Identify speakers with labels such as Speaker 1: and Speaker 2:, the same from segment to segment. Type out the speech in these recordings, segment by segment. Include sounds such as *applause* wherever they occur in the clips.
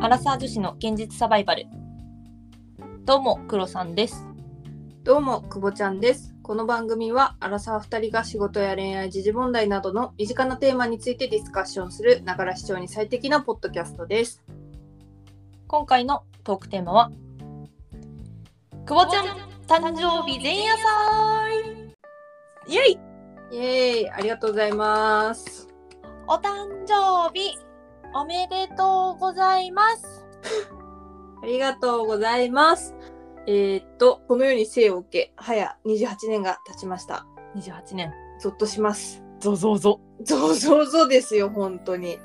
Speaker 1: アラサー女子の現実サバイバルどうも黒さんです
Speaker 2: どうも、くぼちゃんです。この番組は、アラサー2人が仕事や恋愛、時事問題などの身近なテーマについてディスカッションする、ながら視聴に最適なポッドキャストです。
Speaker 1: 今回のトークテーマは久保ちゃん誕生日前夜祭イエイ
Speaker 2: イエーイ、ありがとうございます。
Speaker 1: お誕生日おめでとうございます
Speaker 2: ありがとうございます。えー、っと、このように生を受け、早28年が経ちました。
Speaker 1: 28年
Speaker 2: ゾッとします。
Speaker 1: ゾゾゾ
Speaker 2: ゾゾゾですよ、本当に。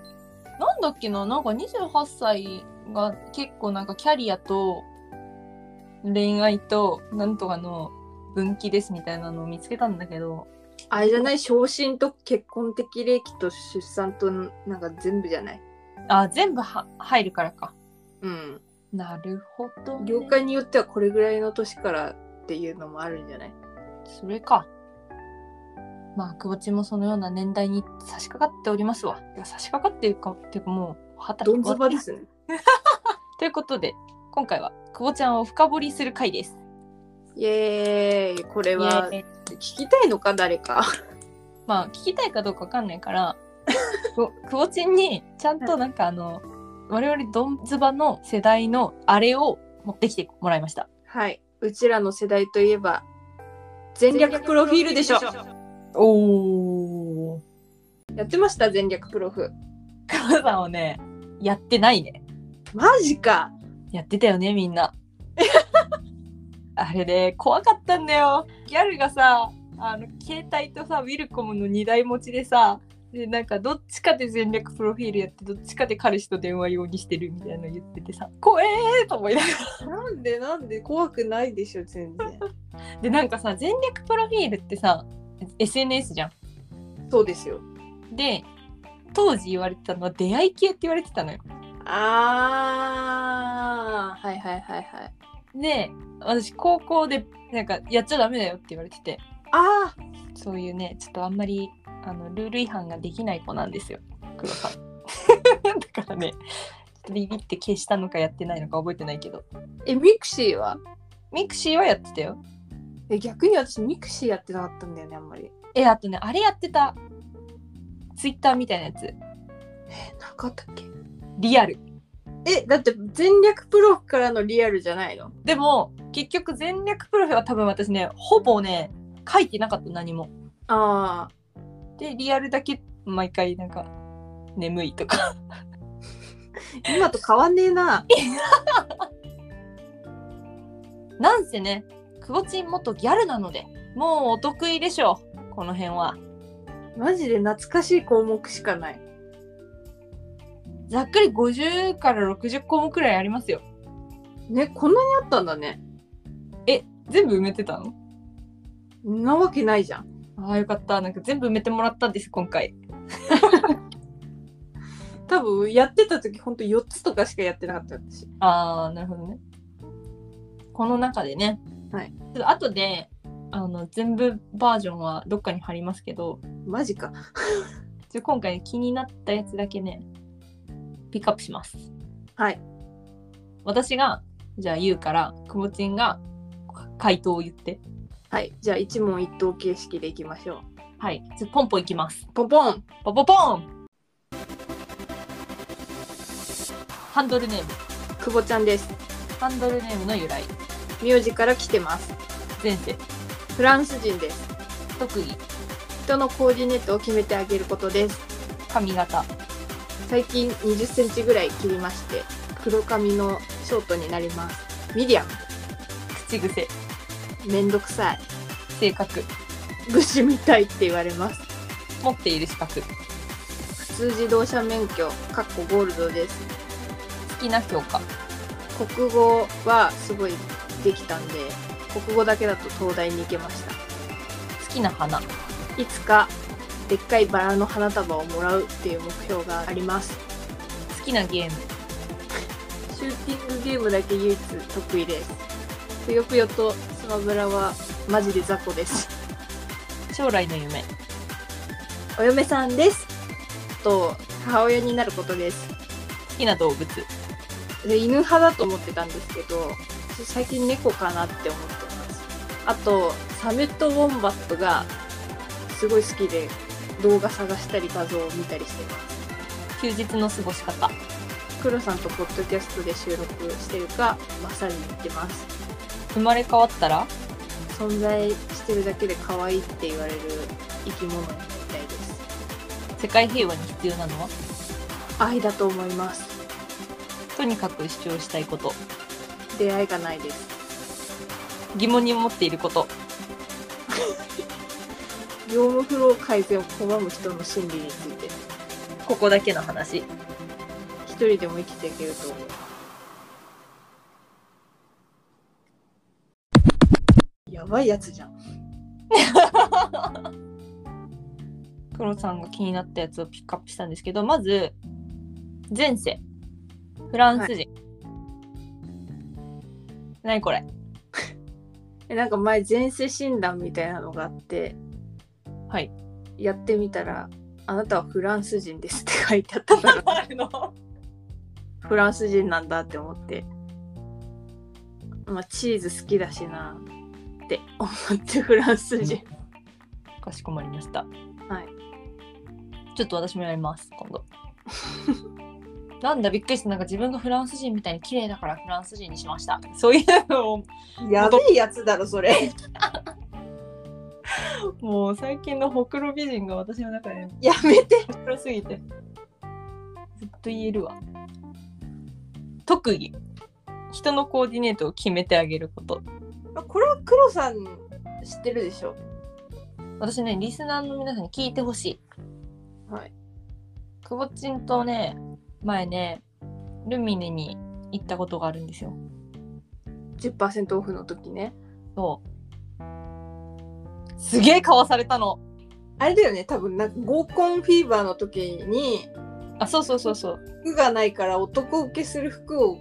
Speaker 1: なんだっけななんか28歳が結構なんかキャリアと恋愛となんとかの分岐ですみたいなのを見つけたんだけど
Speaker 2: あれじゃない昇進と結婚的利益と出産となんか全部じゃない
Speaker 1: あ全部は入るからか
Speaker 2: うん。
Speaker 1: なるほど、
Speaker 2: 業界によってはこれぐらいの年からっていうのもあるんじゃない
Speaker 1: それかまあ久保ちもそのような年代に差し掛かっておりますわいや差し掛かってるかっていうかもう二十
Speaker 2: どん
Speaker 1: 歳
Speaker 2: ずばですね。
Speaker 1: ということで今回は久保ちゃんを深掘りする回です
Speaker 2: イエーイこれは
Speaker 1: イエーイ
Speaker 2: 聞きたいのか誰か。 *laughs*
Speaker 1: まあ聞きたいかどうかわかんないから *laughs* くくぼちんにちゃんとなんかあの我々ドンズバの世代のあれを持ってきてもらいました
Speaker 2: はい。うちらの世代といえば全略プロフィールでしょ。
Speaker 1: おお
Speaker 2: やってました全略プロフ。
Speaker 1: 母さんをねやってないね
Speaker 2: マジか。
Speaker 1: やってたよねみんなあれね怖かったんだよギャルがさあの携帯とさウィルコムの2台持ちでさでなんかどっちかで全略プロフィールやってどっちかで彼氏と電話用にしてるみたいなの言っててさ怖えーと思いながら
Speaker 2: なんでなんで怖くないでしょ全然。
Speaker 1: でなんかさ全略プロフィールってさ SNS じゃ
Speaker 2: そうですよ。
Speaker 1: ん。で当時言われてたのは出会い系って言われてたのよ。
Speaker 2: あーはいはいはいはい。
Speaker 1: で私高校でなんかやっちゃダメだよって言われてて
Speaker 2: あー
Speaker 1: そういうねちょっとあんまりあのルール違反ができない子なんですよ黒さん。だからねちょっとビビって消したのかやってないのか覚えてないけど
Speaker 2: えミクシーは
Speaker 1: ミクシーはやってたよ。
Speaker 2: え逆に私ミクシーやってなかったんだよねあんまり。
Speaker 1: えあとねあれやってたツイッターみたいなやつ
Speaker 2: えなかったっけ
Speaker 1: リアル。
Speaker 2: えだって全略プロフからのリアルじゃないの
Speaker 1: でも結局全略プロフは多分私ねほぼね書いてなかった何も。
Speaker 2: あ
Speaker 1: でリアルだけ毎回なんか眠いとか
Speaker 2: あ今と変わんねえな
Speaker 1: なんせねくぼちん元ギャルなのでもうお得意でしょうこの辺は
Speaker 2: マジで懐かしい項目しかない
Speaker 1: ざっくり50から60項目くらいありますよ
Speaker 2: ねこんなにあったんだね
Speaker 1: 全部埋めてたの
Speaker 2: んなわけないじゃん
Speaker 1: ああよかったなんか全部埋めてもらったんです今回
Speaker 2: 多分やってた時ほんと4つとかしかやってなかった私
Speaker 1: ああなるほどねこの中でね
Speaker 2: はい
Speaker 1: ちょっと後であの全部バージョンはどっかに貼りますけど
Speaker 2: マジか
Speaker 1: じゃあ今回気になったやつだけね、ピックアップします。
Speaker 2: はい。
Speaker 1: 私が、じゃあ言うから、くぼちんが回答を言って。
Speaker 2: はいじゃあ一問一答形式でいきましょ
Speaker 1: はい。じゃあポンポンいきます
Speaker 2: う。ポンポン
Speaker 1: ポポポンハンドルネーム。
Speaker 2: 久保ちゃんです
Speaker 1: ハンドルネームの由来。
Speaker 2: 名字から来てます
Speaker 1: 前世。
Speaker 2: フランス人です
Speaker 1: 特技。
Speaker 2: 人のコーディネートを決めてあげることです
Speaker 1: 髪型。
Speaker 2: 最近2 0センチぐらい切りまして黒髪のショートになりますミディアム
Speaker 1: 口癖。
Speaker 2: めんどくさい
Speaker 1: 性格。
Speaker 2: 武士みたいって言われます
Speaker 1: 持っている資格。好
Speaker 2: 普通自動車免許かっこゴールドです
Speaker 1: きな教科。
Speaker 2: 国語はすごいできたんで国語だけだと東大に行けまし
Speaker 1: 好きな花。
Speaker 2: たいつかでっかいバラの花束をもらうっていう目標があります
Speaker 1: 好きなゲーム。
Speaker 2: シューティングゲームだけ唯一得意ですぷよぷよとスマブラはマジで雑魚です
Speaker 1: 将来の夢。
Speaker 2: お嫁さんですと母親になることです
Speaker 1: 好きな動物。
Speaker 2: で犬派だと思ってたんですけど最近猫かなって思ってますあとサメとウォンバットがすごい好きで動画探したり画像を見たりしてます
Speaker 1: 休日の過ごし方
Speaker 2: 黒さんとポッドキャストで収録してるかまさに言ってます
Speaker 1: 生まれ変わったら
Speaker 2: 存在してるだけで可愛いって言われる生き物になりたいです
Speaker 1: 世界平和に必要なのは
Speaker 2: 愛だと思います
Speaker 1: とにかく主張したいこと
Speaker 2: 出会いがないです
Speaker 1: 疑問に思っていること
Speaker 2: 業務フロー改善を拒む人の心理について
Speaker 1: ここだけの話
Speaker 2: 一人でも生きていけると思うやばいやつじゃん
Speaker 1: 黒さんが気になったやつをピックアップしたんですけどまず前世フランス人、何これ
Speaker 2: えなんか前前世診断みたいなのがあって
Speaker 1: *laughs* はい
Speaker 2: やってみたら「あなたはフランス人です」って書いてあったから *laughs* フランス人なんだって思ってまあチーズ好きだしなって思ってフランス人
Speaker 1: かしこまりました
Speaker 2: はい
Speaker 1: ちょっと私もやります今度 *laughs* なんだびっくりしたなんか自分がフランス人みたいに綺麗だからフランス人にしましたそういうのを
Speaker 2: やべえやつだろそれ
Speaker 1: もう最近のほくろ美人が私の中で
Speaker 2: *laughs* やめて
Speaker 1: ほくろすぎてずっと言えるわ特技人のコーディネートを決めてあげること
Speaker 2: これは黒さん知ってるでしょ
Speaker 1: 私ねリスナーの皆さんに聞いてほしい
Speaker 2: はい
Speaker 1: くぼっちんとね前ねルミネに行ったことがあるんですよ
Speaker 2: 10%オフの時ね
Speaker 1: そうすげえ買わされたの
Speaker 2: あれだよね多分なんか合コンフィーバーの時に
Speaker 1: あそうそうそうそう
Speaker 2: 服がないから男受けする服を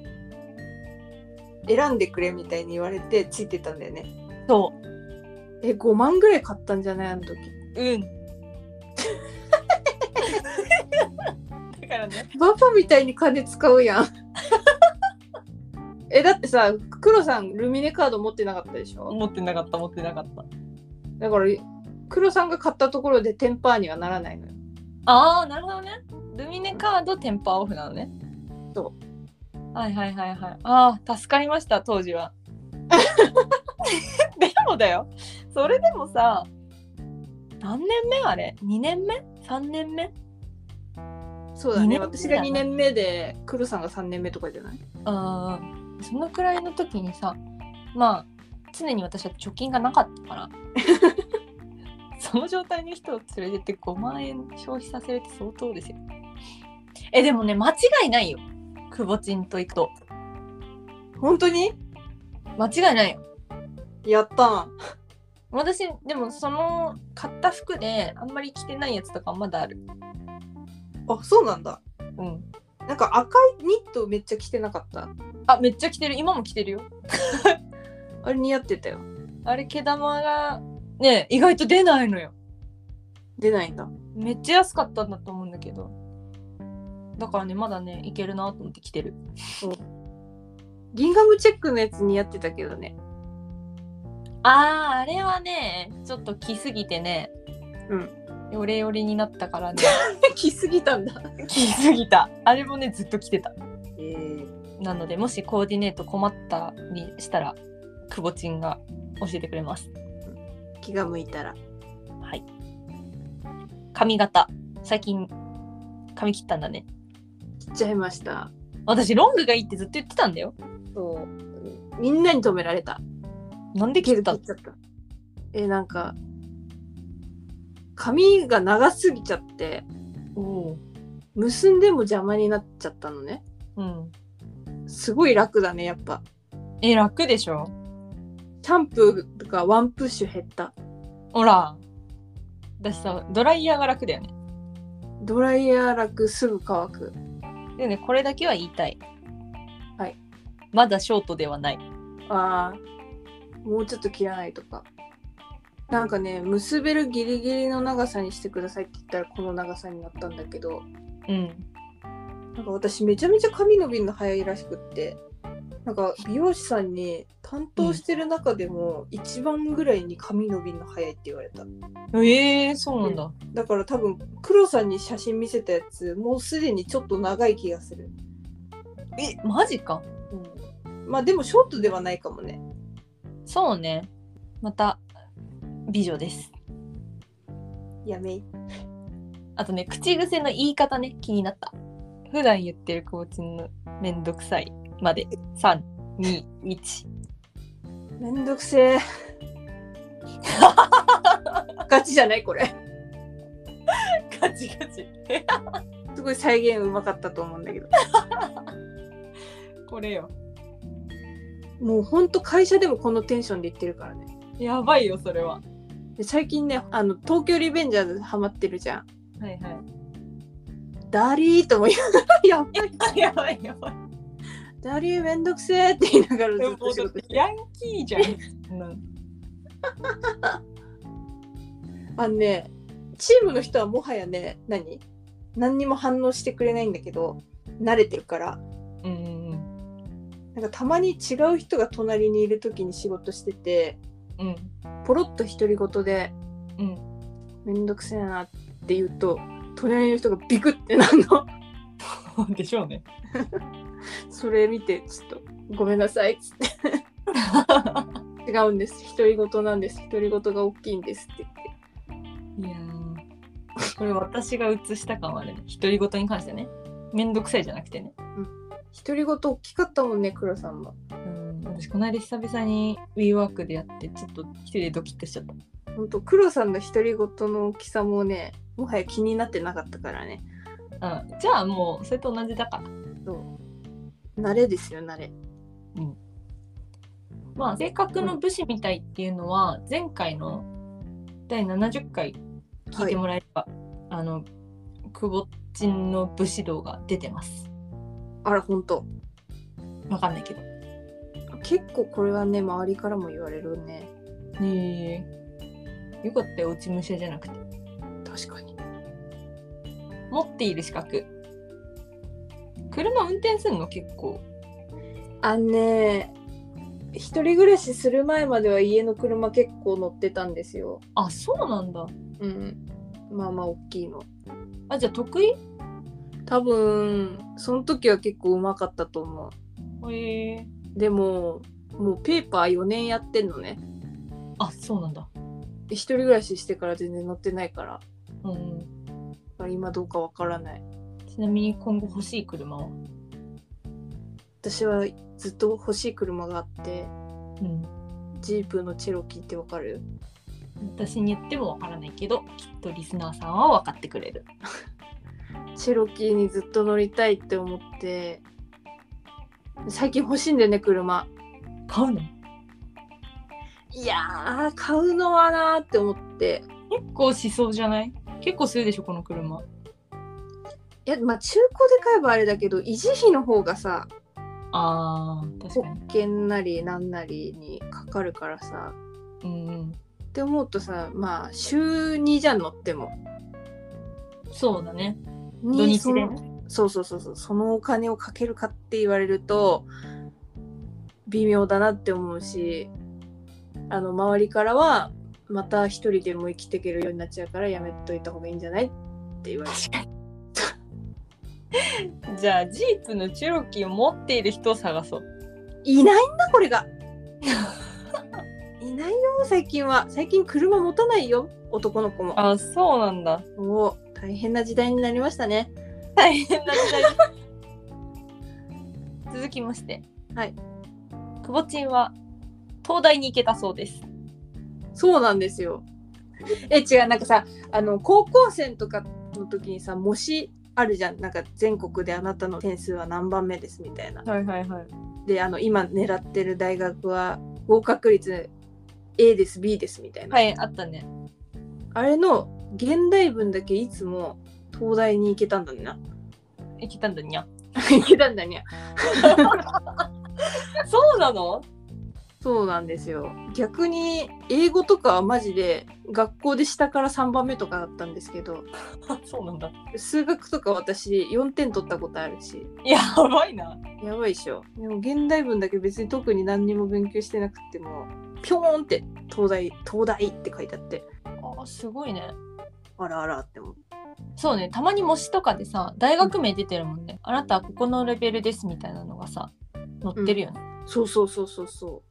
Speaker 2: 選んでくれみたいに言われてついてたんだよね
Speaker 1: そ
Speaker 2: え5万ぐらい買ったんじゃないあの時
Speaker 1: ううん
Speaker 2: *laughs*
Speaker 1: だからね
Speaker 2: バカみたいに金使う *laughs* やんえだってさ黒さんルミネカード持ってなかったでしょ
Speaker 1: 持ってなかった持ってなかった
Speaker 2: だから黒さんが買ったところでテンパーにはならないのよ
Speaker 1: ああなるほどねルミネカードテンパーオフなのね
Speaker 2: そう
Speaker 1: はいはいはいはいああ助かりました当時は *laughs* でもだよそれでもさ何年目あれ2年目 ?3 年目
Speaker 2: そうだね
Speaker 1: 二年目だね
Speaker 2: 私が2年目で黒さんが3年目とかじゃない
Speaker 1: うんそのくらいの時にさまあ常に私は貯金がなかったからその状態の人を連れてって5万円消費させるって相当ですよえでもね間違いないよくぼちんと行くと
Speaker 2: 本当に
Speaker 1: 間違いないよ
Speaker 2: やったな
Speaker 1: 私でもその買った服であんまり着てないやつとかまだある
Speaker 2: あそうなんだ
Speaker 1: うん
Speaker 2: なんか赤いニットめっちゃ着てなかった
Speaker 1: あめっちゃ着てる今も着てるよ
Speaker 2: あれ似合ってたよ
Speaker 1: あれ毛玉がね意外と出ないのよ
Speaker 2: 出ないんだ
Speaker 1: めっちゃ安かったんだと思うんだけどだからねまだねいけるなと思って着てる
Speaker 2: ギンガムチェックのやつ似合ってたけどね *laughs*
Speaker 1: あーあれはねちょっと着すぎてね
Speaker 2: うん
Speaker 1: ヨレヨレになったから *laughs* ね
Speaker 2: 着すぎたんだ
Speaker 1: 着すぎたあれもねずっと着てた
Speaker 2: えー、
Speaker 1: なのでもしコーディネート困ったりしたらくぼちんが教えてくれます
Speaker 2: 気が向いたら
Speaker 1: はい髪型最近髪切ったんだね
Speaker 2: 切っちゃいました
Speaker 1: 私ロングがいいってずっと言ってたんだよ
Speaker 2: そうみんなに止められた
Speaker 1: なんで切ったの
Speaker 2: ちゃったえなんか髪が長すぎちゃって
Speaker 1: おー
Speaker 2: 結んでも邪魔になっちゃったのね
Speaker 1: うん
Speaker 2: すごい楽だねやっぱ
Speaker 1: え楽でしょ
Speaker 2: シャンプーがワンプッシュ減った
Speaker 1: ほら。私さ、ドライヤーが楽だよね。
Speaker 2: ドライヤー楽すぐ乾く
Speaker 1: でね、これだけは言いたい。
Speaker 2: はい。
Speaker 1: まだショートではない。
Speaker 2: あーもうちょっと切らないとかなんかね結べるギリギリの長さにしてくださいって言ったらこの長さになったんだけど
Speaker 1: うん。
Speaker 2: なんか私めちゃめちゃ髪伸びるの早いらしくってなんか美容師さんに担当してる中でも一番ぐらいに髪伸びるの早いって言われた
Speaker 1: ええそうなんだ。
Speaker 2: だから多分黒さんに写真見せたやつもうすでにちょっと長い気がする、
Speaker 1: え、マジか。
Speaker 2: うん、まあでもショートではないかもね
Speaker 1: そうね。また、美女です。
Speaker 2: やめい
Speaker 1: あとね、口癖の言い方ね、気になった。普段言ってるコーチのめんどくさいまで。3、2、1。
Speaker 2: めんどくせえ *laughs* ガチじゃないこれ
Speaker 1: ガチガチ。 *laughs*
Speaker 2: すごい再現うまかったと思うんだけど
Speaker 1: これよ。
Speaker 2: もうほんと会社でもこのテンションで言ってるからね
Speaker 1: やばいよ、それは。
Speaker 2: で最近ねあの東京リベンジャーズハマってるじゃん
Speaker 1: はいは
Speaker 2: ダリーとも言う *laughs* やっぱり
Speaker 1: い。 *laughs* やばいやばい。
Speaker 2: ダリーめんどくせえって言いながらずっと仕事してる
Speaker 1: ヤンキーじゃん。
Speaker 2: あのねチームの人はもはやね何何にも反応してくれないんだけど慣れてるから
Speaker 1: うん。
Speaker 2: なんかたまに違う人が隣にいる時に仕事してて
Speaker 1: うん。
Speaker 2: ポロッと独り言で
Speaker 1: うん。
Speaker 2: 「めんどくせえな」って言うと隣の人がビクってなるの *laughs*
Speaker 1: でしょうね。
Speaker 2: それ見てちょっと「ごめんなさい」っつって「違うんです独り言なんです独り言が大きいんです」って言って
Speaker 1: いやーこれ私が映した感はね、独り言に関してね、めんどくさいじゃなくてね。
Speaker 2: 独り言大きかったもんね黒さんも
Speaker 1: うん、私この間久々に WeWork でやって、ちょっと一人でドキッとしちゃった。
Speaker 2: ほんと黒さんの独り言の大きさもねもはや気になってなかったからね
Speaker 1: あじゃあもうそれと同じだから。
Speaker 2: そう慣れですよ慣れ
Speaker 1: まあ性格の武士みたいっていうのは、前回の第70回聞いてもらえれば、あの、くぼっちんの武士道が出てます。
Speaker 2: あらほんと
Speaker 1: わかんないけど。
Speaker 2: 結構これはね周りからも言われるね
Speaker 1: ねえよかったよ、落ち武者じゃなくて。
Speaker 2: 確かに
Speaker 1: 持っている資格車運転するの結構
Speaker 2: あんね一人暮らしする前までは家の車結構乗ってたんですよ
Speaker 1: あそうなんだ
Speaker 2: うんまあまあ大きいの
Speaker 1: あじゃあ得意
Speaker 2: 多分その時は結構うまかったと思う
Speaker 1: へえ
Speaker 2: でももうペーパー4年やってんのね
Speaker 1: あそうなんだ
Speaker 2: 一人暮らししてから全然乗ってないから
Speaker 1: うん
Speaker 2: まあ今どうかわからない
Speaker 1: ちなみに今後欲しい車は
Speaker 2: 私はずっと欲しい車があって
Speaker 1: うん
Speaker 2: ジープのチェロキーってわかる
Speaker 1: 私に言ってもわからないけどきっとリスナーさんは分かってくれる
Speaker 2: チェロキーにずっと乗りたいって思って最近欲しいんだよね車
Speaker 1: 買うの
Speaker 2: いやー買うのはなーって思って
Speaker 1: 結構しそうじゃない結構するでしょこの車
Speaker 2: いやまあ中古で買えばあれだけど維持費の方がさ
Speaker 1: あー確
Speaker 2: 保
Speaker 1: かに
Speaker 2: 険なりなんなりにかかるからさ
Speaker 1: うんうん
Speaker 2: って思うとさまあ週2じゃん乗っても
Speaker 1: そうだね
Speaker 2: に
Speaker 1: 土日
Speaker 2: そ
Speaker 1: で
Speaker 2: のそうそうそうそうそのお金をかけるかって言われると微妙だなって思うしあの周りからはまた一人でも生きていけるようになっちゃうからやめといた方がいいんじゃないって言われる
Speaker 1: じゃあジープのチェロキーを持っている人を探そう
Speaker 2: いないんだこ
Speaker 1: *laughs*
Speaker 2: れがいないよ最近は最近車持たないよ男の子も
Speaker 1: あそうなんだ
Speaker 2: おお大変な時代になりましたね
Speaker 1: 大変な時代続きまして
Speaker 2: はい
Speaker 1: くぼちんは東大に行けたそうです
Speaker 2: そうなんですよえ違うなんかさあの高校生とかの時にさ模試あるじゃんなんか全国であなたの点数は何番目ですみたいな
Speaker 1: はいはいはい
Speaker 2: であの今狙ってる大学は合格率 A です B ですみたいな、
Speaker 1: はいあったね
Speaker 2: あれの現代文だけいつも東大に行けたんだねな *laughs*
Speaker 1: 行けたんだにゃ
Speaker 2: 行けたんだね
Speaker 1: そうなの
Speaker 2: そうなんですよ逆に英語とかはマジで学校で下から3番目とかだったんですけど
Speaker 1: あそうなんだ。
Speaker 2: 数学とか私4点取ったことあるし
Speaker 1: やばいな。
Speaker 2: やばいっしょでも現代文だけ別に特に何にも勉強してなくてもピョーンって東大東大って書いてあって
Speaker 1: あすごいね。
Speaker 2: あらあらって思う
Speaker 1: そうね、たまに模試とかでさ、大学名出てるもんね。あなたはここのレベルですみたいなのがさ、載ってるよね。
Speaker 2: そうそうそうそうそ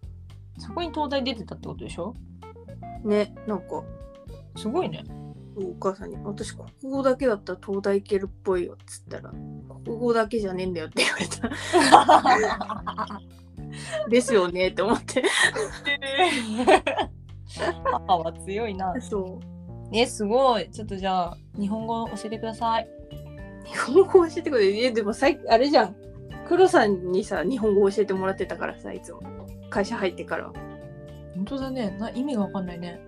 Speaker 1: そこに東大出てたってことでしょ
Speaker 2: うねなんか
Speaker 1: すごい *laughs* ね。
Speaker 2: お母さんに「私国語だけだったら東大行けるっぽいよ」っつったら「国語だけじゃねえんだよ」って言われた *laughs* ですよねって思って
Speaker 1: 母は強いな。
Speaker 2: そう
Speaker 1: え、すごい。ちょっとじゃあ、日本語教えてください。
Speaker 2: 日本語教えてくれえでもさいあれじゃん黒さんにさ日本語教えてもらってたからさいつも会社入ってからは、
Speaker 1: 本当だね。な意味がわかんないね。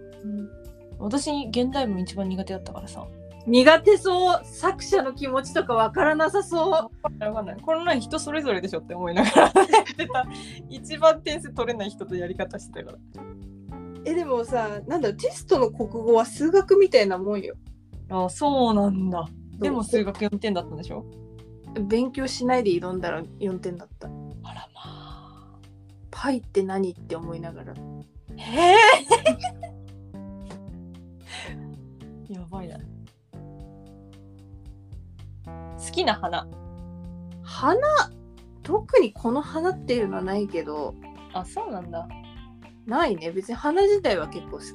Speaker 1: 私、現代文一番苦手だったからさ。
Speaker 2: 苦手そう作者の気持ちとかわからなさそう
Speaker 1: わかんない。こんなん人それぞれでしょって思いながら *laughs* やってた。一番点数取れない人とやり方してたから。
Speaker 2: えでもさなんだろうテストの国語は数学みたいなもんよ
Speaker 1: あそうなんだ。でも
Speaker 2: そう
Speaker 1: 数学4点だったんでしょ
Speaker 2: 勉強しないで挑んだら4点だった
Speaker 1: あらま
Speaker 2: パイって何って思いながら
Speaker 1: あ。ええ *laughs* やばいな。好きな花。
Speaker 2: 花特にこの花っていうのはないけど
Speaker 1: あ、そうなんだ。
Speaker 2: ないね別に花自体は結構好き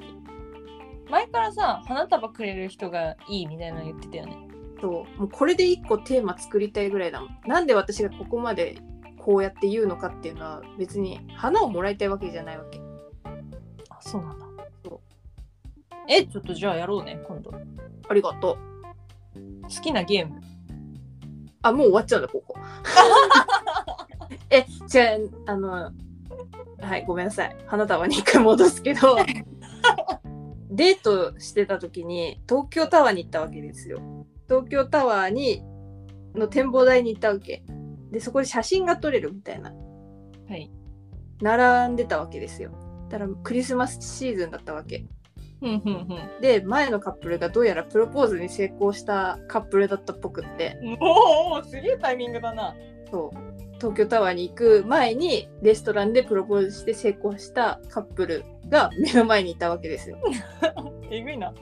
Speaker 1: 前からさ、花束くれる人がいいみたいなの言ってたよね。
Speaker 2: そうもうこれで1個テーマ作りたいぐらいだもんなんで私がここまでこうやって言うのかっていうのは別に花をもらいたいわけじゃないわけ
Speaker 1: あ、そうなんだ。
Speaker 2: そう
Speaker 1: え、ちょっとじゃあやろうね、今度。
Speaker 2: ありがとう
Speaker 1: 好きなゲーム。
Speaker 2: あもう終わっちゃうんだここ
Speaker 1: *laughs*
Speaker 2: えじゃああのはいごめんなさい花束に一回戻す
Speaker 1: *laughs*
Speaker 2: けどデートしてた時に東京タワーに行ったわけですよ東京タワーにの展望台に行ったわけでそこで写真が撮れるみたいな
Speaker 1: はい。
Speaker 2: 並んでたわけですよだからクリスマスシーズンだったわけ
Speaker 1: ふんふんふん。
Speaker 2: で前のカップルがどうやらプロポーズに成功したカップルだったっぽくって
Speaker 1: おお、すげえタイミングだな。
Speaker 2: そう東京タワーに行く前にレストランでプロポーズして成功したカップルが目の前にいたわけですよ。
Speaker 1: えぐいな。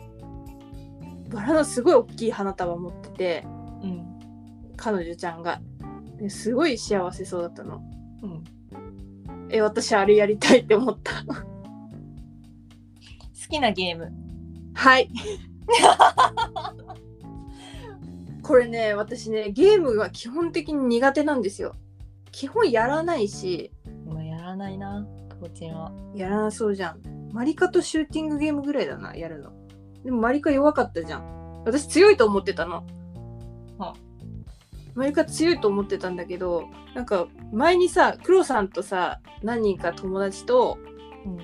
Speaker 2: バラのすごい大きい花束持ってて
Speaker 1: うん。
Speaker 2: 彼女ちゃんがですごい幸せそうだったの。
Speaker 1: うん。
Speaker 2: え私あれやりたいって思った。
Speaker 1: 好きなゲーム。 *laughs*
Speaker 2: はい。これね私ねゲームが基本的に苦手なんですよ。基本やらないし
Speaker 1: もうやらないな、クボチンは。
Speaker 2: やらなそうじゃん。マリカとシューティングゲームぐらいだな、やるの。でもマリカ弱かったじゃん。私強いと思ってたの。
Speaker 1: は
Speaker 2: マリカ強いと思ってたんだけど、なんか前にさ、クロさんとさ、何人か友達と
Speaker 1: うん。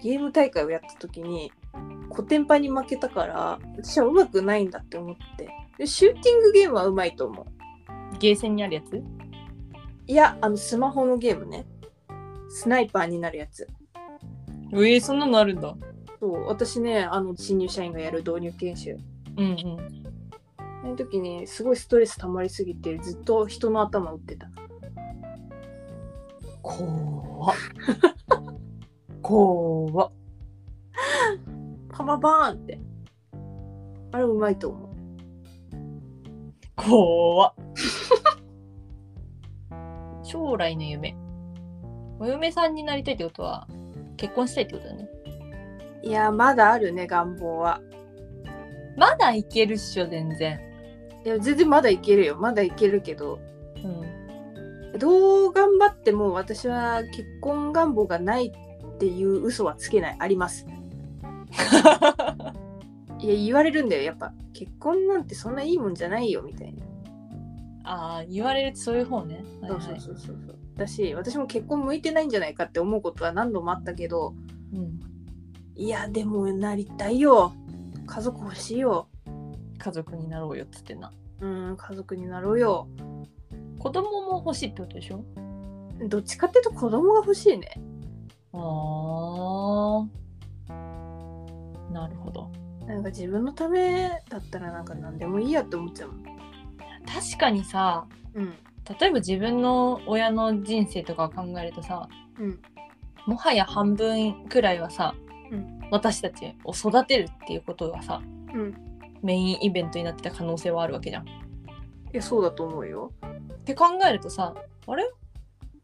Speaker 2: ゲーム大会をやった時に、コテンパンに負けたから、私は上手くないんだって思って。でシューティングゲームは上手いと思う。
Speaker 1: ゲーセンにあるやつ
Speaker 2: いや、あのスマホのゲームね。スナイパーになるやつ。
Speaker 1: ええそんなのあるんだ。
Speaker 2: そう、私ね、あの新入社員がやる導入研修。
Speaker 1: うんうん。
Speaker 2: その時にすごいストレス溜まりすぎてずっと人の頭打ってた
Speaker 1: 怖っ。怖っ。
Speaker 2: パパバーンってあれうまいと思 *laughs*
Speaker 1: 怖っ。将来の夢。お嫁さんになりたいってことは、結婚したいってことだね。
Speaker 2: ういやまだあるね願望は
Speaker 1: まだいけるっしょ、全然。
Speaker 2: いや全然まだいけるよまだいけるけど
Speaker 1: うん。
Speaker 2: どう頑張っても私は結婚願望がないっていう嘘はつけないあり *laughs* ますいや言われるんだよやっぱ結婚なんてそんないいもんじゃないよみたいな、
Speaker 1: ああ、言われるとそういう方ね。はいはい
Speaker 2: そうそうそうそうそうだし私も結婚向いてないんじゃないかって思うことは何度もあったけど、
Speaker 1: うん。
Speaker 2: いやでもなりたいよ家族欲しいよ
Speaker 1: 家族になろうよっつってな。
Speaker 2: うん家族になろうよ
Speaker 1: 子供も欲しいってことでしょ
Speaker 2: どっちかっていうと子供が欲しいね
Speaker 1: ああ。なるほど。
Speaker 2: なんか自分のためだったらなんか何でもいいやって思っちゃうもん。
Speaker 1: 確かにさ、
Speaker 2: うん。
Speaker 1: 例えば自分の親の人生とかを考えるとさ、
Speaker 2: うん
Speaker 1: もはや半分くらいはさ、
Speaker 2: うん
Speaker 1: 私たちを育てるっていうことがさ
Speaker 2: うん。
Speaker 1: メインイベントになってた可能性はあるわけじゃん。っ
Speaker 2: いや、そうだと思うよ。
Speaker 1: て考えるとさあれ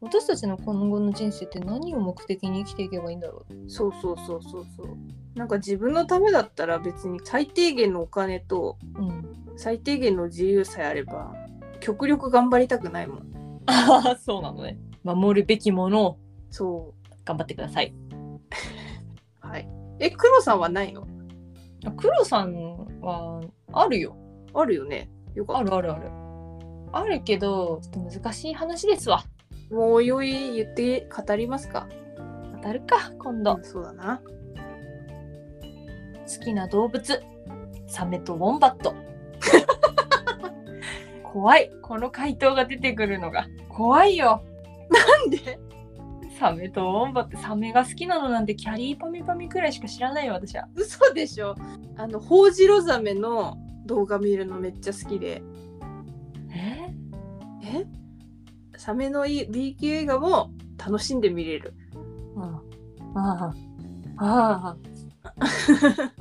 Speaker 1: 私たちの今後の人生って何を目的に生きていけばいいんだろう
Speaker 2: そうそうそうそうそう。なんか自分のためだったら別に最低限のお金と
Speaker 1: うん。
Speaker 2: 最低限の自由さえあれば極力頑張りたくないもん。
Speaker 1: ああ *laughs* そうなのね。守るべきものを
Speaker 2: そ
Speaker 1: 頑張ってください。
Speaker 2: う。はい。え、黒さんはないの
Speaker 1: 黒さんはあるよ。
Speaker 2: あるよね。よか
Speaker 1: あ
Speaker 2: っ
Speaker 1: るあるある。あるけどちょっと難しい話ですわ。
Speaker 2: た。もうよい言って語りますか
Speaker 1: 当たるか今度。
Speaker 2: うんそうだな。
Speaker 1: 好きな動物サメとウォンバット *laughs* 怖いこの回答が出てくるのが怖いよ
Speaker 2: なんで
Speaker 1: サメとウォンバットサメが好きなのなんてキャリーパミュパミュくらいしか知らないよ私は
Speaker 2: 嘘でしょあのホウジロザメの動画見るのめっちゃ好きで
Speaker 1: え
Speaker 2: えサメのいい B 級映画も楽しんで見れる
Speaker 1: あああああ *laughs*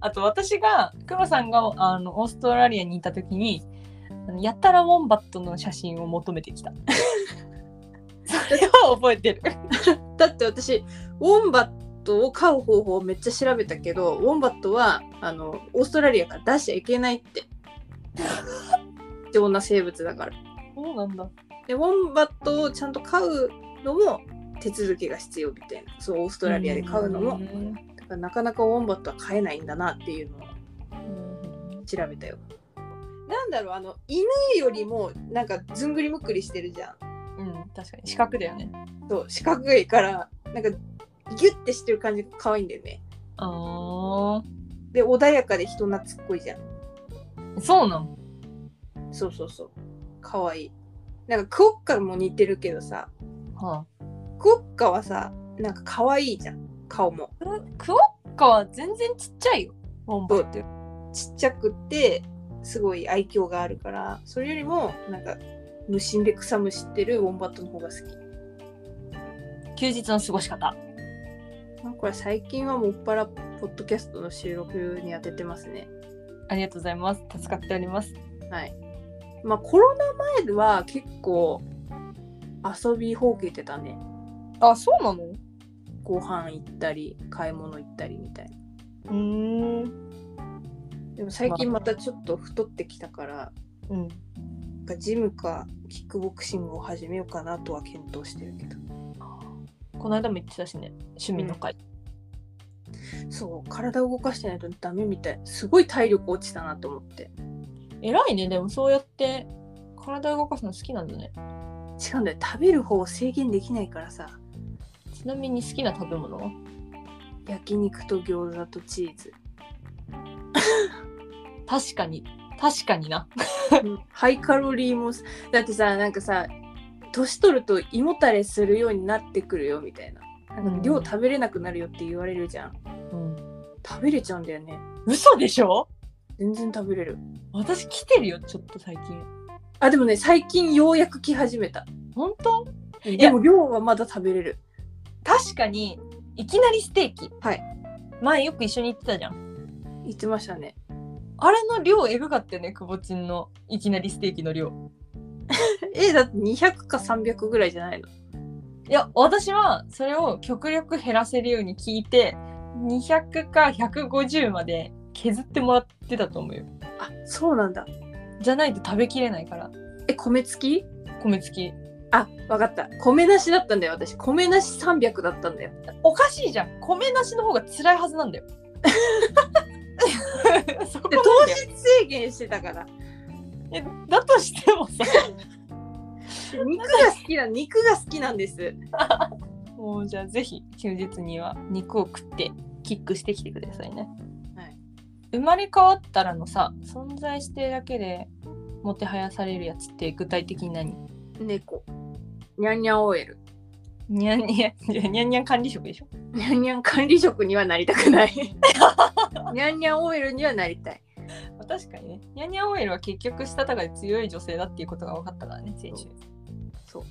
Speaker 1: あと私がクロさんがあのオーストラリアにいた時にあのやたらウォンバットの写真を求めて *laughs* きたそれは覚えてる
Speaker 2: だって私ウォンバットを飼う方法をめっちゃ調べたけどウォンバットはあのオーストラリアから出しちゃいけないって貴重な生物だから
Speaker 1: そうなんだ
Speaker 2: でウォンバットをちゃんと飼うのも手続きが必要みたいなそうオーストラリアで飼うのも
Speaker 1: ん
Speaker 2: だからなかなかウォンバットは飼えないんだなっていうのを調べたよなんだろうあの犬よりもなんかずんぐりむっくりしてるじゃん
Speaker 1: うん、確かに。四角だよね。
Speaker 2: そう四角いからなんかギュッてしてる感じが可愛いんだよね
Speaker 1: あ
Speaker 2: で穏やかで人懐っこいじゃん
Speaker 1: あ、そうなの。
Speaker 2: そうそうそう可愛いなんかクオッカも似てるけどさ
Speaker 1: は
Speaker 2: クオッカはさなんか可愛いじゃん顔も
Speaker 1: あ、ククオッカは全然ちっちゃいよ。ボンバって。
Speaker 2: ちっちゃくてすごい愛嬌があるからそれよりもなんか無心で草むしってるウォンバットの方が好き
Speaker 1: 休日の過ごし方。
Speaker 2: まあこれ最近はもっぱらポッドキャストの収録に当ててますね。
Speaker 1: ありがとうございます。助かっております。
Speaker 2: はい。まあコロナ前は結構遊びほうけてたね。
Speaker 1: あ、そうなの
Speaker 2: ご飯行ったり買い物行ったりみたいな。
Speaker 1: うん。
Speaker 2: でも最近またちょっと太ってきたから、
Speaker 1: うん。
Speaker 2: なんかジムかキックボクシングを始めようかなとは検討してるけど。
Speaker 1: この間も言ってたしね。趣味の会。
Speaker 2: そう、体を動かしてないとダメみたい。すごい体力落ちたなと思って。
Speaker 1: 偉いね。でもそうやって体を動かすの好きなんだね。
Speaker 2: 違うんだよ。食べる方を制限できないからさ、
Speaker 1: ちなみに好きな食べ物は
Speaker 2: 焼肉と餃子とチーズ。
Speaker 1: 確かに。確かにな。
Speaker 2: ハイカロリーもすだってさなんかさ年取ると胃もたれするようになってくるよみたいななんか量食べれなくなるよって言われるじゃん、
Speaker 1: うん。
Speaker 2: 食べれちゃうんだよね
Speaker 1: 嘘でしょ
Speaker 2: 全然食べれる
Speaker 1: 私来てるよ、ちょっと最近。
Speaker 2: あでもね最近ようやく来始めた
Speaker 1: 本当
Speaker 2: でも量はまだ食べれる
Speaker 1: 確かにいきなりステーキ
Speaker 2: はい
Speaker 1: 前よく一緒に行ってたじゃん
Speaker 2: 言ってましたね
Speaker 1: あれの量エグかったよねくぼちんのいきなりステーキの量
Speaker 2: えだって200か300ぐらいじゃないの
Speaker 1: いや私はそれを極力減らせるように聞いて200か150まで削ってもらってたと思うよ
Speaker 2: あそうなんだ
Speaker 1: じゃないと食べきれないから
Speaker 2: え米付き
Speaker 1: 米付き
Speaker 2: あわかった米なしだったんだよ私米なし300だったんだよ
Speaker 1: おかしいじゃん米なしの方が辛いはずなんだよ *laughs* そこ
Speaker 2: で
Speaker 1: なん
Speaker 2: 糖
Speaker 1: だよ
Speaker 2: 質制限してたから
Speaker 1: えだとしてもさ
Speaker 2: 肉が好きな肉が好きなんです
Speaker 1: もうじゃあぜひ休日には肉を食ってキックしてきてくださいね。
Speaker 2: はい、
Speaker 1: 生まれ変わったらのさ存在してるだけでもてはやされるやつって具体的に何
Speaker 2: 猫ニャンニャンオエル
Speaker 1: にゃんにゃんにゃんにゃんにゃん管理職でしょ
Speaker 2: にゃんにゃん管理職にはなりたくないにゃんにゃんオイルにはなりたい
Speaker 1: まあ確かにねにゃんにゃんオイルは結局したたかで強い女性だっていうことが分かったからね先週
Speaker 2: そう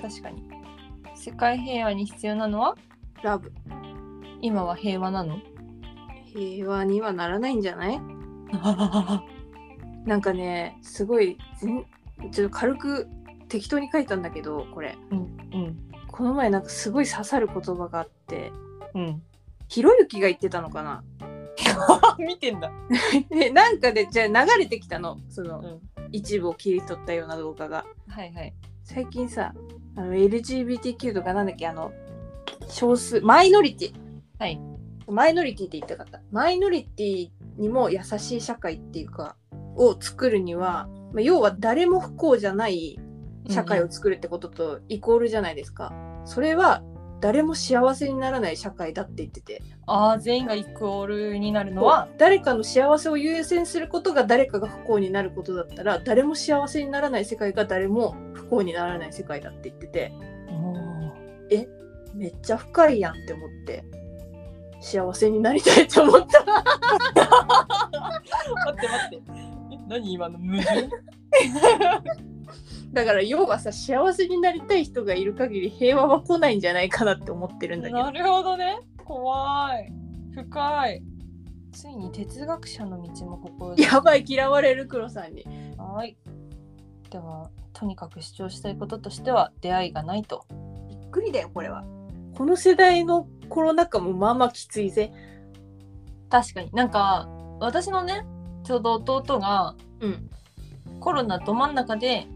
Speaker 1: 確かに世界平和に必要なのは
Speaker 2: ラブ
Speaker 1: 今は平和な *laughs* の
Speaker 2: 平和にはならないんじゃないなんかねすごい全ちょっと軽く適当に書いたんだけどこれ
Speaker 1: うん
Speaker 2: この前なんかすごい刺さる言葉があって
Speaker 1: うん
Speaker 2: ひろゆきが言ってたのかな *laughs*
Speaker 1: 見てんだ
Speaker 2: でなんかでじゃあ流れてきたのそうの
Speaker 1: ん
Speaker 2: 一部を切り取ったような動画が
Speaker 1: はいはい
Speaker 2: 最近さあの LGBTQ とかなんだっけあの少数マイノリティ
Speaker 1: はい
Speaker 2: マイノリティって言いたかったマイノリティにも優しい社会っていうかを作るには、まあ、要は誰も不幸じゃない社会を作るってこととイコールじゃないですか、それは誰も幸せにならない社会だって言ってて
Speaker 1: ああ全員がイコールになるのは
Speaker 2: 誰かの幸せを優先することが誰かが不幸になることだったら誰も幸せにならない世界が誰も不幸にならない世界だって言っててめっちゃ深いやんって思って幸せになりたいと思った
Speaker 1: *laughs* 待って待ってえ何今の矛盾
Speaker 2: *laughs* だから要はさ幸せになりたい人がいる限り平和は来ないんじゃないかなって思ってるんだけど
Speaker 1: なるほどね怖い深いついに哲学者の道も心
Speaker 2: やばい嫌われる黒さんに
Speaker 1: はいではとにかく主張したいこととしては出会いがないと
Speaker 2: びっくりだよこれはこの世代のコロナ禍もまあまあきついぜ
Speaker 1: 確かになんか私のねちょうど弟が
Speaker 2: うん
Speaker 1: コロナど真ん中で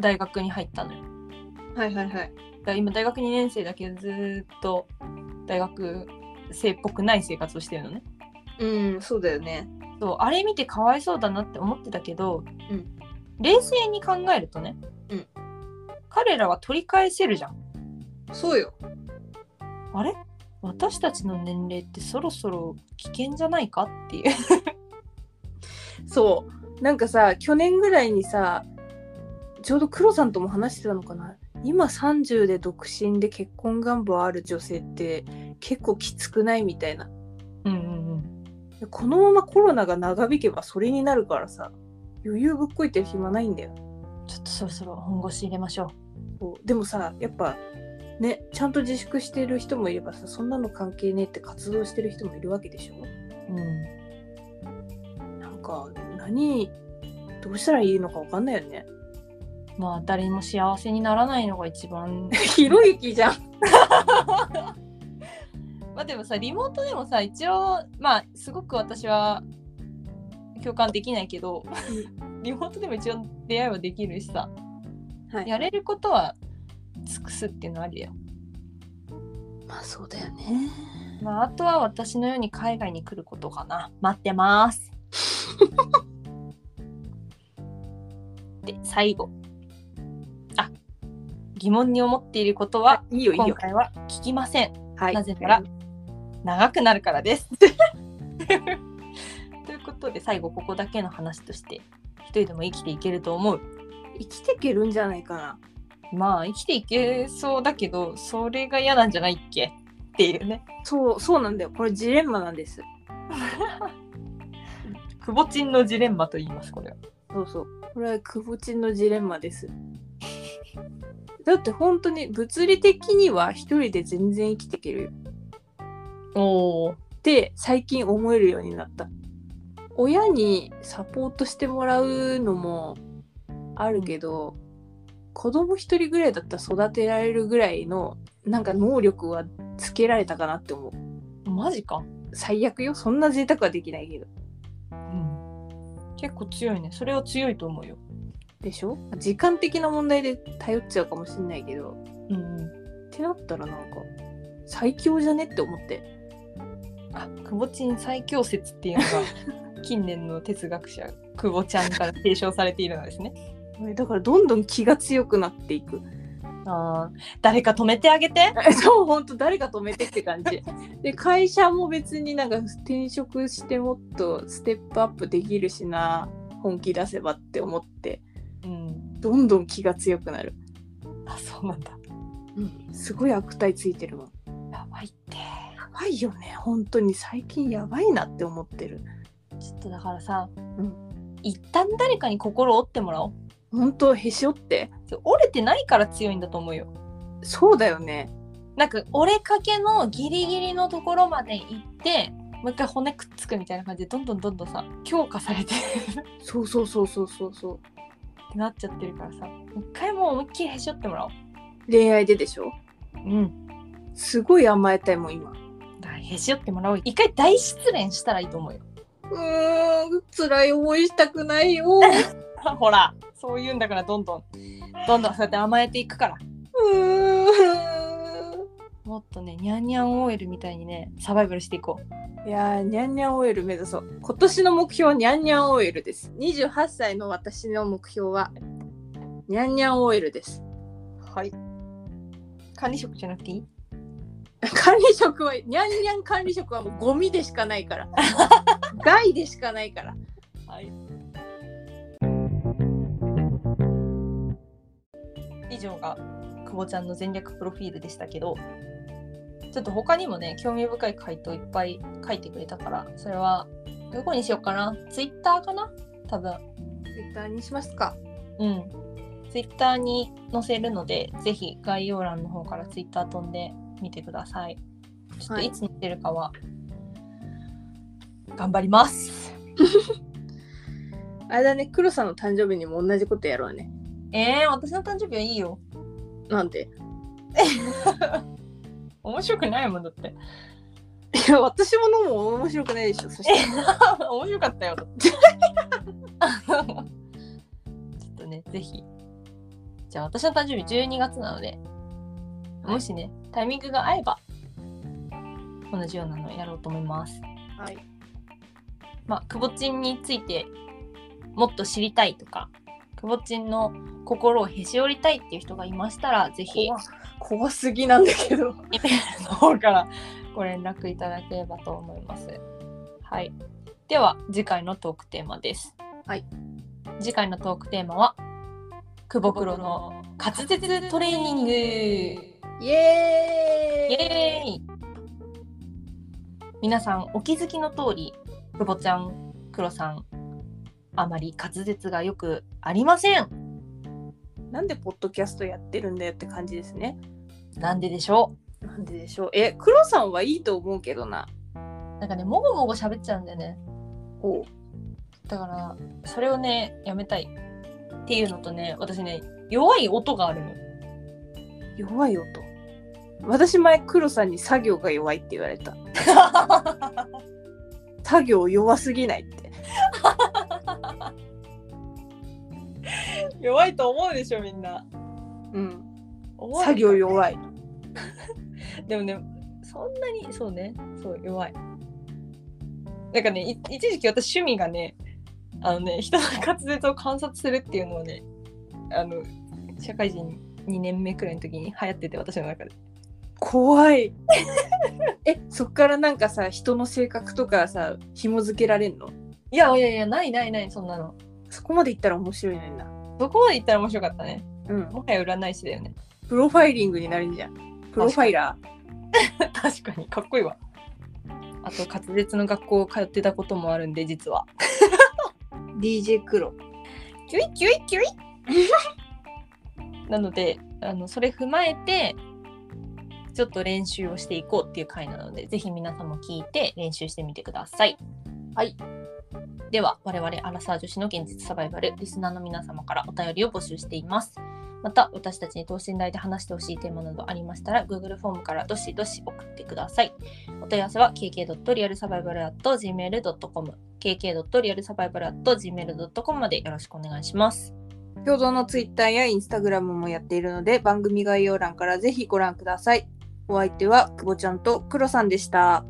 Speaker 1: 大学に入ったのよ
Speaker 2: はいはいはい
Speaker 1: だから今大学2年生だけどずーっと大学生っぽくない生活をしてるのね
Speaker 2: うんそうだよね
Speaker 1: そうあれ見てかわいそうだなって思ってたけど、
Speaker 2: うん
Speaker 1: 冷静に考えるとね、
Speaker 2: うん
Speaker 1: 彼らは取り返せるじゃん
Speaker 2: そうよ
Speaker 1: あれ私たちの年齢ってそろそろ危険じゃないかっていう
Speaker 2: *laughs* そうなんかさ去年ぐらいにさちょうど黒さんとも話してたのかな今30で独身で結婚願望ある女性って結構きつくないみたいな
Speaker 1: うんうんうん
Speaker 2: でこのままコロナが長引けばそれになるからさ余裕ぶっこいてる暇ないんだよ
Speaker 1: ちょっとそろそろ本腰入れましょう
Speaker 2: そうでもさやっぱねちゃんと自粛してる人もいればさそんなの関係ねえって活動してる人もいるわけでしょ
Speaker 1: うん
Speaker 2: なんか何どうしたらいいのか分かんないよね
Speaker 1: まあ誰も幸せにならないのが一
Speaker 2: *laughs*
Speaker 1: 番
Speaker 2: *laughs* ひろゆきじゃん
Speaker 1: まあでもさリモートでもさ一応まあすごく私は共感できないけど *laughs* リモートでも一応出会いはできるしさ
Speaker 2: はい
Speaker 1: やれることは尽くすっていうのはありだよ、
Speaker 2: まあそうだよね
Speaker 1: まあ、あとは私のように海外に来ることかな待ってます
Speaker 2: *laughs*
Speaker 1: で最後あ疑問に思っていることは
Speaker 2: はいいよいい
Speaker 1: 今
Speaker 2: よ
Speaker 1: 回は聞きません
Speaker 2: はい
Speaker 1: なぜなら長くなるからです。 *laughs* ということで最後ここだけの話として一人でも生きていけると思う。
Speaker 2: 生きてけるんじゃないかな
Speaker 1: まあ生きていけそうだけどそれが嫌なんじゃないっけっていうね。
Speaker 2: そうそうなんだよこれジレンマなんです
Speaker 1: くぼちんのジレンマと言いますこれは。
Speaker 2: そうそう。これはくぼちんのジレンマです。 *laughs* だって本当に物理的には一人で全然生きていけるよ
Speaker 1: おお。
Speaker 2: って最近思えるようになった。親にサポートしてもらうのもあるけど、子供一人ぐらいだったら育てられるぐらいのなんか能力はつけられたかなって思う。
Speaker 1: マジか。
Speaker 2: 最悪よ。そんな贅沢はできないけど。
Speaker 1: うん。結構強いね。それは強いと思うよ。
Speaker 2: でしょ時間的な問題で頼っちゃうかもしれないけど。
Speaker 1: うん、うん。
Speaker 2: ってなったらなんか最強じゃねって思って
Speaker 1: あくぼちん最強説っていうのが近年の哲学者くぼちゃんから提唱されているのですね。
Speaker 2: だからどんどん気が強くなっていく
Speaker 1: *laughs* あー誰か止めてあげて。
Speaker 2: そうほんと誰か止めてって感 *laughs* じで会社も別になんか転職してもっとステップアップできるしな本気出せばって思って
Speaker 1: うん
Speaker 2: どんどん気が強くなる
Speaker 1: あそうなんだ
Speaker 2: うん、すごい悪態ついてるもん。
Speaker 1: やばいって
Speaker 2: やばいよね本当に最近やばいなって思ってる。
Speaker 1: ちょっとだからさ、
Speaker 2: ん
Speaker 1: 一旦誰かに心折ってもらおう
Speaker 2: 本当へし折って
Speaker 1: そう折れてないから強いんだと思うよ
Speaker 2: そうだよね。
Speaker 1: なんか折れかけのギリギリのところまで行ってもう一回骨くっつくみたいな感じでどんどんどんどんさ強化されて *laughs* っ
Speaker 2: そうそうそうそうそうそう。
Speaker 1: てなっちゃってるからさもう一回もう思いっきりへし折ってもらおう
Speaker 2: 恋愛ででしょ
Speaker 1: うん
Speaker 2: すごい甘えたいもん今。
Speaker 1: だからへし折ってもらおう一回大失恋したらいいと思うよ
Speaker 2: うーん辛い思いしたくないよ。
Speaker 1: ほらそういうんだからどんどんどんどんそうやって甘えていくから
Speaker 2: うーん
Speaker 1: もっとねニャンニャン OL みたいにねサバイバルしていこう
Speaker 2: いやーニャンニャンオイル目指そう今年の目標はニャンニャンオイルです28歳の私の目標はニャンニャンオイルです
Speaker 1: はい管理職じゃなくていい
Speaker 2: 管理職はニャンニャン管理職はもうゴミでしかないから *laughs* 害でしかないから
Speaker 1: はい。以上が久保ちゃんの全略プロフィールでしたけど、ちょっと他にもね、興味深い回答いっぱい書いてくれたから、それはどこにしようかな。ツイッターかな多分。
Speaker 2: ツイッターにしますか
Speaker 1: うん。ツイッターに載せるので、ぜひ概要欄の方からツイッター飛んでみてください。ちょっと
Speaker 2: はい
Speaker 1: いつ載せるかは、頑張ります。
Speaker 2: あれだね黒さんの誕生日にも同じことやろうね
Speaker 1: えー、私の誕生日はいいよ。
Speaker 2: なんで
Speaker 1: 面白くないもんだって。 *laughs*
Speaker 2: いや私ものも面白くないでしょそして
Speaker 1: 面白かったよ。ちょっとね、ぜひ。じゃあ私の誕生日12月なので、もしね、タイミングが合えば、同じようなのやろうと思います。
Speaker 2: はい
Speaker 1: まあ、くぼちんについてもっと知りたいとか、くぼちんの心をへし折りたいっていう人がいましたら、ぜひ、
Speaker 2: 怖怖すぎなんだけど
Speaker 1: イメールの方からご連絡いただければと思います。はい。では次回のトークテーマです。
Speaker 2: はい。
Speaker 1: 次回のトークテーマは久保黒の滑舌トレーニング。イ
Speaker 2: イエーイ
Speaker 1: エーイ。皆さんお気づきの通り、久保ちゃん、黒さん、あまり滑舌がよくありません。
Speaker 2: なんでポッドキャストやってるんだよって感じですね
Speaker 1: なんででしょ
Speaker 2: なんででしょうえ黒さんはいいと思うけどな
Speaker 1: う。なんかね、もごもご喋っちゃうんだよね。
Speaker 2: お
Speaker 1: だからそれをねやめたいっていうのとね私ね弱い音があるの
Speaker 2: 弱い音私前黒さんに作業が弱いって言われた作業弱すぎないって
Speaker 1: *laughs* 弱いと思うでしょみんな
Speaker 2: うん作業弱い
Speaker 1: でもねそんなにそうねそう弱いなんかねい一時期私趣味がねあのね人の滑舌を観察するっていうのをねあの社会人2年目くらいの時に流行ってて私の中で
Speaker 2: 怖 *laughs* いえそっからなんかさ人の性格とかさ紐付けられんの
Speaker 1: いやいやいやないないないそんなの
Speaker 2: そこまでいったら面白いのにな
Speaker 1: そこまで行ったら面白かったね
Speaker 2: うん
Speaker 1: もはや占い師だよね *laughs*
Speaker 2: プロファイリングになるんじゃんプロファイラー
Speaker 1: 確かにかっこいいわあと滑舌の学校を通ってたこともあるんで実は
Speaker 2: DJ 黒
Speaker 1: キュイキュイ *laughs* キュイなのであのそれ踏まえてちょっと練習をしていこうっていう回なのでぜひ皆さんも聞いて練習してみてください
Speaker 2: はい
Speaker 1: では我々アラサー女子の現実サバイバルリスナーの皆様からお便りを募集していますまた私たちに等身大で話してほしいテーマなどありましたら Google フォームからどしどし送ってくださいお問い合わせは kk.realsurvival.gmail.com kk.realsurvival.gmail.com までよろしくお願いします
Speaker 2: 共同のツイッターやインスタグラムもやっているので番組概要欄からぜひご覧ください。お相手は久保ちゃんとクロさんでした。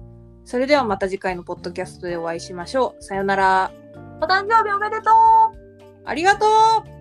Speaker 2: それではまた次回のポッドキャストでお会いしましょう。さよなら。
Speaker 1: お誕生日おめでとう
Speaker 2: ありがとう